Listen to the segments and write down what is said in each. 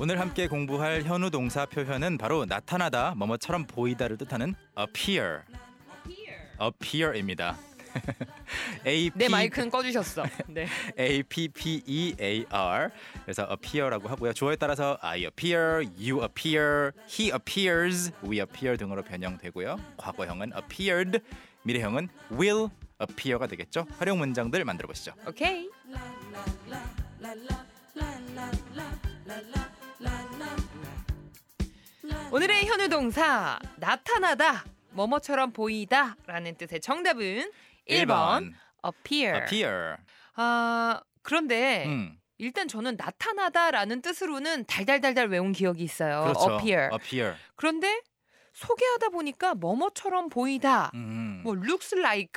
오늘 함께 공부할 현우 동사 표현은 바로 나타나다, 뭐뭐처럼 보이다를 뜻하는 appear. appear입니다. A 내 그- P- 마이크는 꺼주셨어. 네. A P P E A R 그래서 appear라고 하고요. 주어에 따라서 I appear, you appear, he appears, we appear 등으로 변형되고요. 과거형은 appeared, 미래형은 will appear가 되겠죠. 활용 문장들 만들어 보시죠. 오케이. 오늘의 현우 동사 나타나다 뭐뭐처럼 보이다라는 뜻의 정답은 1번, appear. appear. 아 그런데 음, 일단 저는 나타나다라는 뜻으로는 달달달달 외운 기억이 있어요. 그렇죠. appear. appear. 그런데 소개하다 보니까 뭐뭐처럼 보이다. 음, 뭐 looks like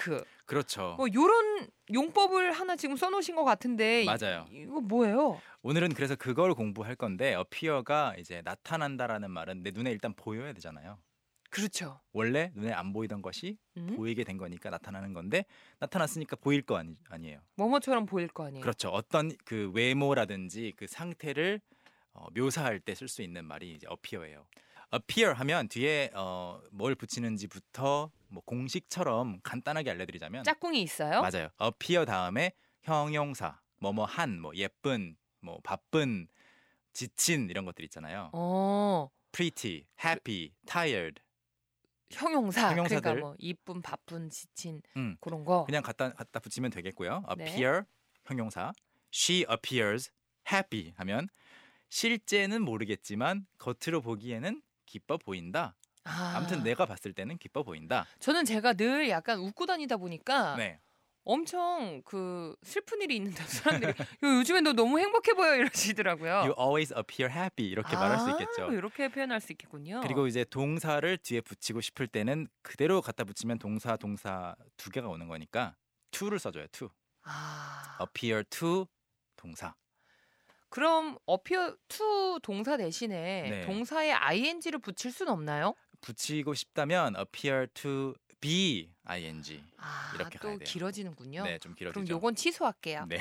그렇죠. 뭐 요런 용법을 하나 지금 써놓으신 것 같은데 이- 맞아요. 이거 뭐예요? 오늘은 그래서 그걸 공부할 건데 appear가 이제 나타난다라는 말은 내 눈에 일단 보여야 되잖아요. 그렇죠. 원래 눈에 안 보이던 것이 음? 보이게 된 거니까 나타나는 건데 나타났으니까 보일 거 아니, 아니에요. 뭐뭐처럼 보일 거 아니에요. 그렇죠. 어떤 그 외모라든지 그 상태를 어, 묘사할 때 쓸 수 있는 말이 이제 appear예요. appear 하면 뒤에 어, 뭘 붙이는지부터 뭐 공식처럼 간단하게 알려드리자면 짝꿍이 있어요? 맞아요. appear 다음에 형용사 뭐뭐한 뭐 예쁜 뭐 바쁜 지친 이런 것들 있잖아요. 어 pretty, happy, tired. 형용사. 그러니까 형용사들. 뭐 이쁜, 바쁜, 지친 음. 그런 거. 그냥 갖다 갖다 붙이면 되겠고요. 어. 네. appear 형용사. she appears happy 하면 실제는 모르겠지만 겉으로 보기에는 기뻐 보인다. 아, 아무튼 네. 내가 봤을 때는 기뻐 보인다. 저는 제가 늘 약간 웃고 다니다 보니까 네. 엄청 그 슬픈 일이 있는데 사람들이 요, 요즘에 너 너무 행복해 보여 이러시더라고요. you always appear happy 이렇게 말할 수 어. 아, 있겠죠. 이렇게 표현할 수 있겠군요. 그리고 이제 동사를 뒤에 붙이고 싶을 때는 그대로 갖다 붙이면 동사 동사 두 개가 오는 거니까 to를 써줘요. to. 아, appear to 동사. 그럼 appear to 동사 대신에 네. 동사에 ing를 붙일 순 없나요? 붙이고 싶다면 appear to be ing. 아, 이렇게 또 가야 돼요. 길어지는군요. 네, 좀 길어지죠. 그럼 요건 취소할게요. 네.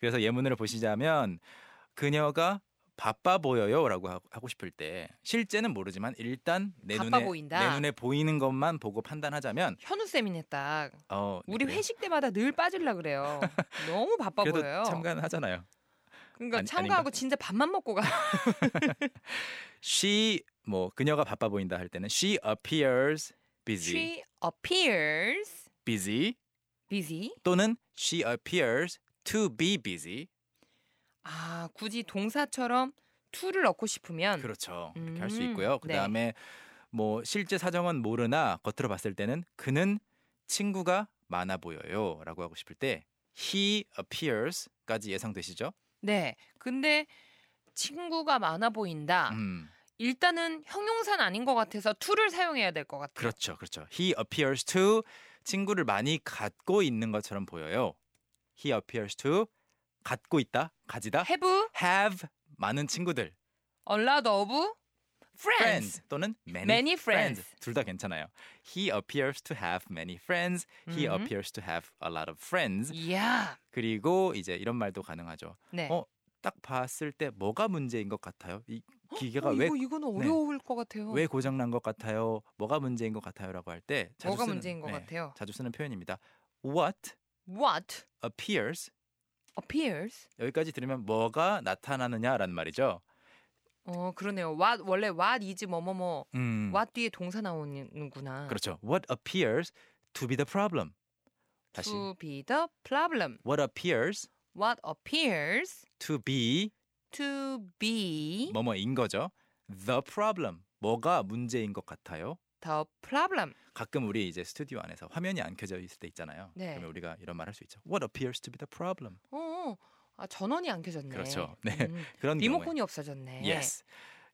그래서 예문을 보시자면 그녀가 바빠 보여요라고 하- 하고 싶을 때 실제는 모르지만 일단 내 바빠 눈에 보인다. 내 눈에 보이는 것만 보고 판단하자면 현우 쌤이네 딱. 어 우리 그래요. 회식 때마다 늘 빠질라 그래요. 너무 바빠 그래도 보여요. 참가는 하잖아요. 그러니까 아니- 참가하고 아닌가? 진짜 밥만 먹고 가. She 뭐 그녀가 바빠 보인다 할 때는 she appears busy She appears busy busy. 또는 she appears to be busy 아 굳이 동사처럼 to를 넣고 싶으면 그렇죠. 이렇게 할 수 음, 있고요. 네. 그다음에 뭐 실제 사정은 모르나 겉으로 봤을 때는 그는 친구가 많아 보여요라고 하고 싶을 때 he appears까지 예상되시죠? 네. 근데 친구가 많아 보인다. 음. 일단은 형용사는 아닌 것 같아서 to를 사용해야 될 것 같아요. 그렇죠. 그렇죠. he appears to 친구를 많이 갖고 있는 것처럼 보여요. he appears to 갖고 있다. 가지다. Have have 많은 친구들 a lot of friends friends. 또는 many, Many friends. 둘 다 괜찮아요. he appears to have many friends. he 음흠. 예. appears to have a lot of friends. 이야. 그리고 이제 이런 말도 가능하죠. 네. 어, 딱 봤을 때 뭐가 문제인 것 같아요? 이 기계가 어, 왜 네. 이거 이거는 어려울 것 같아요. 왜 고장 난 것 같아요? 뭐가 문제인 것 같아요라고 할 때 자주 뭐가 쓰는, 문제인 것 네, 같아요? 자주 쓰는 표현입니다. What What appears appears? 여기까지 들으면 뭐가 나타나느냐라는 말이죠. 어 그러네요. What 원래 what is 뭐뭐뭐 음, what 뒤에 동사 나오는구나. 그렇죠. What appears to be the problem. 다시 To be the problem. What appears What appears to be to be 뭐뭐인 거죠. The problem 뭐가 문제인 것 같아요? the problem. 가끔 우리 이제 스튜디오 안에서 화면이 안 켜져 있을 때 있잖아요. 네. 그러면 우리가 이런 말 할 수 있죠. What appears to be the problem? 어, 어. 아 전원이 안 켜졌네. 그렇죠. 네. 음, 그런 리모컨이 없어졌네. 경우에 yes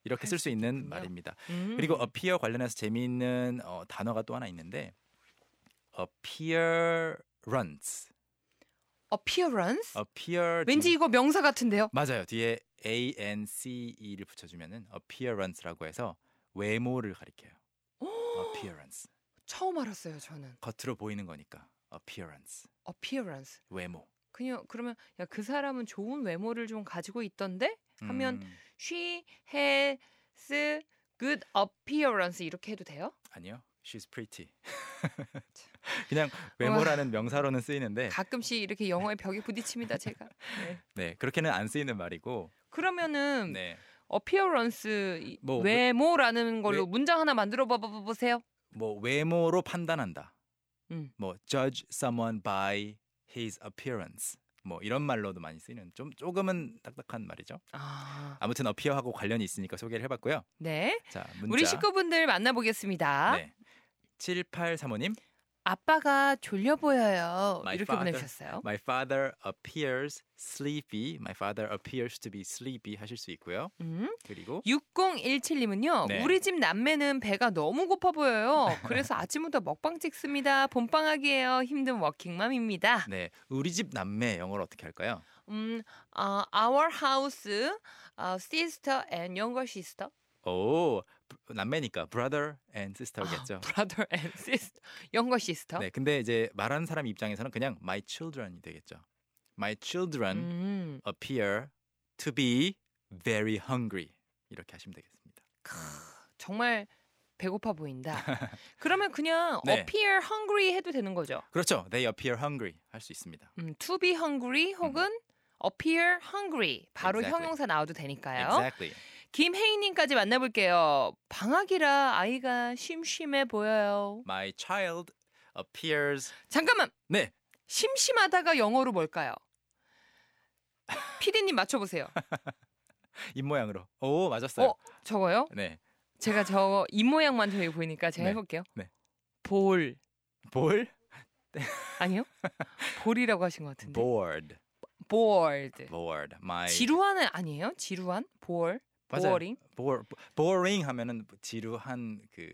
이렇게 할 쓸 수 수 있는 있군요. 말입니다. 음. 그리고 appear 관련해서 재미있는 어, 단어가 또 하나 있는데 appearance, appearance. appear 왠지 이거 명사 같은데요. 맞아요. 뒤에 a n c e를 붙여주면은 appearance라고 해서 외모를 가리켜요. 오, appearance 처음 알았어요 저는. 겉으로 보이는 거니까 appearance. appearance. 외모. 그냥 그러면 야 그 사람은 좋은 외모를 좀 가지고 있던데 하면 음, she has good appearance 이렇게 해도 돼요? 아니요. She's pretty. 그냥 외모라는 명사로는 쓰이는데 가끔씩 이렇게 영어의 벽에 부딪힙니다 제가. 네 그렇게는 안 쓰이는 말이고 그러면은 네 appearance 이- 뭐, 외모라는 걸로 왜- 문장 하나 만들어 봐 보세요. 뭐 외모로 판단한다. 음. 뭐 judge someone by his appearance. 뭐 이런 말로도 많이 쓰이는 좀 조금은 딱딱한 말이죠. 아, 아무튼 어피어하고 관련이 있으니까 소개를 해봤고요. 네. 자 문자 우리 식구분들 만나보겠습니다. 네. 7835님 아빠가 졸려 보여요. My 이렇게 father. 보내주셨어요. My father appears sleepy. My father appears to be sleepy 하실 수 있고요. 음. 그리고 6017님은요. 네. 우리 집 남매는 배가 너무 고파 보여요. 그래서 아침부터 먹방 찍습니다. 봄방학이에요. 힘든 워킹맘입니다. 네 우리 집 남매 영어로 어떻게 할까요? 음, 아, our house, 아, sister and younger sister. 오 브- 남매니까 brother and sister겠죠. brother and sister. younger sister. 네, 근데 이제 말하는 사람 입장에서는 그냥 my children이 되겠죠. My children 음, appear to be very hungry 이렇게 하시면 되겠습니다. 정말 배고파 보인다. 그러면 그냥 네. appear hungry 해도 되는 거죠. 그렇죠. They appear hungry 할 수 있습니다. 음, to be hungry 혹은 appear hungry 바로 음. Exactly. 형용사 나와도 되니까요. Exactly. 김혜인님까지 만나볼게요. 방학이라 아이가 심심해 보여요. My child appears 잠깐만 네 심심하다가 영어로 뭘까요? 피디님 맞춰보세요. 입모양으로. 오 맞았어요. 어 저거요? 네. 제가 저 입모양만 저기 보이니까 제가 네. 해볼게요. 네. 볼 볼 아니요? 볼이라고 하신 것 같은데. bored bored. bored. My 네. 지루한 아니에요? 지루한 볼. 아, 맞아요. boring. bore, boring 하면은 지루한 그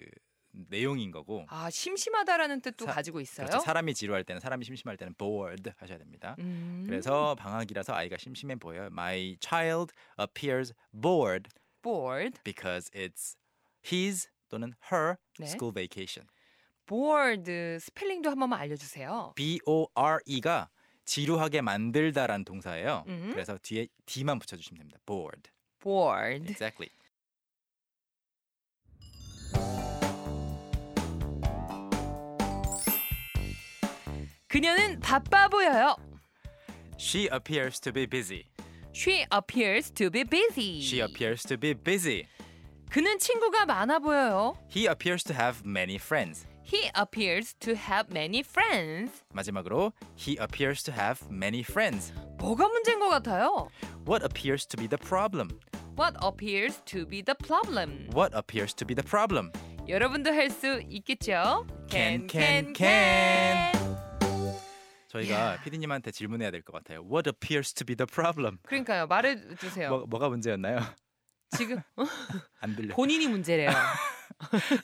내용인 거고. 아 심심하다라는 뜻도 사- 가지고 있어요. 그렇죠. 사람이 지루할 때는 사람이 심심할 때는 bored 하셔야 됩니다. 음. 그래서 방학이라서 아이가 심심해 보여요. My child appears bored bored, because it's his 또는 her 네. school vacation. bored 스펠링도 한 번만 알려주세요. B O R E가 지루하게 만들다란 동사예요. 음. 그래서 뒤에 D만 붙여주시면 됩니다. bored. bored. Exactly. 그녀는 바빠 보여요. She appears to be busy. She appears to be busy. She appears to be busy. 그는 친구가 많아 보여요. He appears to have many friends. He appears to have many friends. 마지막으로 he appears to have many friends. 뭐가 문제인 것 같아요? What appears to be the problem? What appears to be the problem? What appears to be the problem? 여러분도 할 수 있겠죠? Can, can, 저희가 Yeah. 피디님한테 질문해야 될 것 같아요. What appears to be the problem? 그러니까요. 말해 주세요. 뭐, 뭐가 문제였나요? 지금 안 들려. 본인이 문제래요.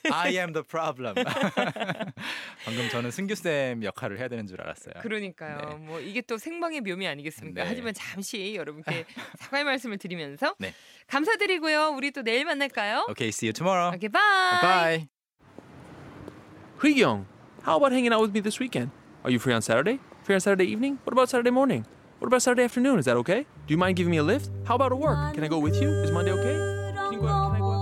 I am the problem. 방금 저는 승규 쌤 역할을 해야 되는 줄 알았어요. 그러니까요. 네. 뭐 이게 또 생방의 묘미 아니겠습니까? 네. 하지만 잠시 여러분께 사과의 말씀을 드리면서 네. 감사드리고요. 우리 또 내일 만날까요? Okay, see you tomorrow. 오케이, 바이. Bye. Young, how about hanging out with me this weekend? Are you free on Saturday? Free on Saturday evening? What about Saturday morning? What about Saturday afternoon? Is that okay? Do you mind giving me a lift? How about a work? Can I go with you? Is Monday okay? Can you go out? Can I go out?